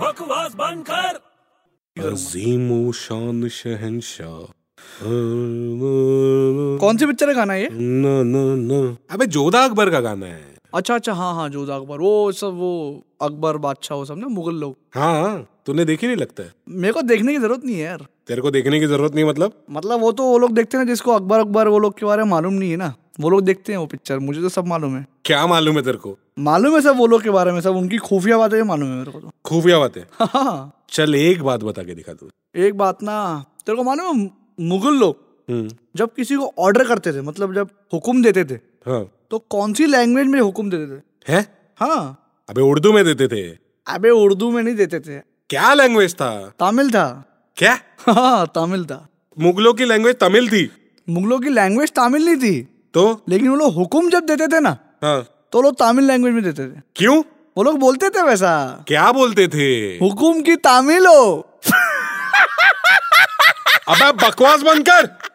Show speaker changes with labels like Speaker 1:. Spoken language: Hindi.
Speaker 1: बकवास बंद कर
Speaker 2: अजीम शान शहनशाह
Speaker 3: कौन सी पिक्चर का गाना है ये
Speaker 2: ना ना ना अबे जोधा अकबर का गाना है
Speaker 3: अच्छा अच्छा हाँ हाँ जोधा अकबर वो सब वो अकबर बादशाह वो सब ना मुगल लोग
Speaker 2: हाँ तूने देखी नहीं लगता है
Speaker 3: मेरे को देखने की जरूरत नहीं है यार
Speaker 2: तेरे को देखने की जरूरत नहीं मतलब
Speaker 3: मतलब वो तो वो लोग देखते हैं ना जिसको अकबर अकबर वो लोग के बारे में मालूम नहीं है ना वो लोग देखते हैं वो पिक्चर मुझे तो सब मालूम है
Speaker 2: क्या मालूम है तेरे को
Speaker 3: मालूम है सब वो लोग के बारे में सब उनकी खुफिया बातें भी मालूम है मेरे को तो
Speaker 2: खुफिया बातें
Speaker 3: हाँ, हाँ
Speaker 2: चल एक बात बता के दिखा तू
Speaker 3: एक बात ना तेरे को मालूम है मु- मुगल लोग
Speaker 2: हम्म,
Speaker 3: जब किसी को ऑर्डर करते थे मतलब जब हुक्म देते थे
Speaker 2: हाँ
Speaker 3: तो कौन सी लैंग्वेज में हुक्म देते थे
Speaker 2: है
Speaker 3: हाँ
Speaker 2: अबे उर्दू में देते थे
Speaker 3: अबे उर्दू में नहीं देते थे
Speaker 2: क्या लैंग्वेज था
Speaker 3: तमिल था
Speaker 2: क्या
Speaker 3: हाँ तमिल था
Speaker 2: मुगलों की लैंग्वेज तमिल थी
Speaker 3: मुगलों की लैंग्वेज तमिल नहीं थी
Speaker 2: तो
Speaker 3: लेकिन वो लोग हुक्म जब देते थे ना
Speaker 2: हाँ
Speaker 3: तो लोग तमिल लैंग्वेज में देते थे
Speaker 2: क्यों
Speaker 3: वो लोग बोलते थे वैसा
Speaker 2: क्या बोलते थे
Speaker 3: हुकुम की तामिल हो
Speaker 2: अबे बकवास बंद कर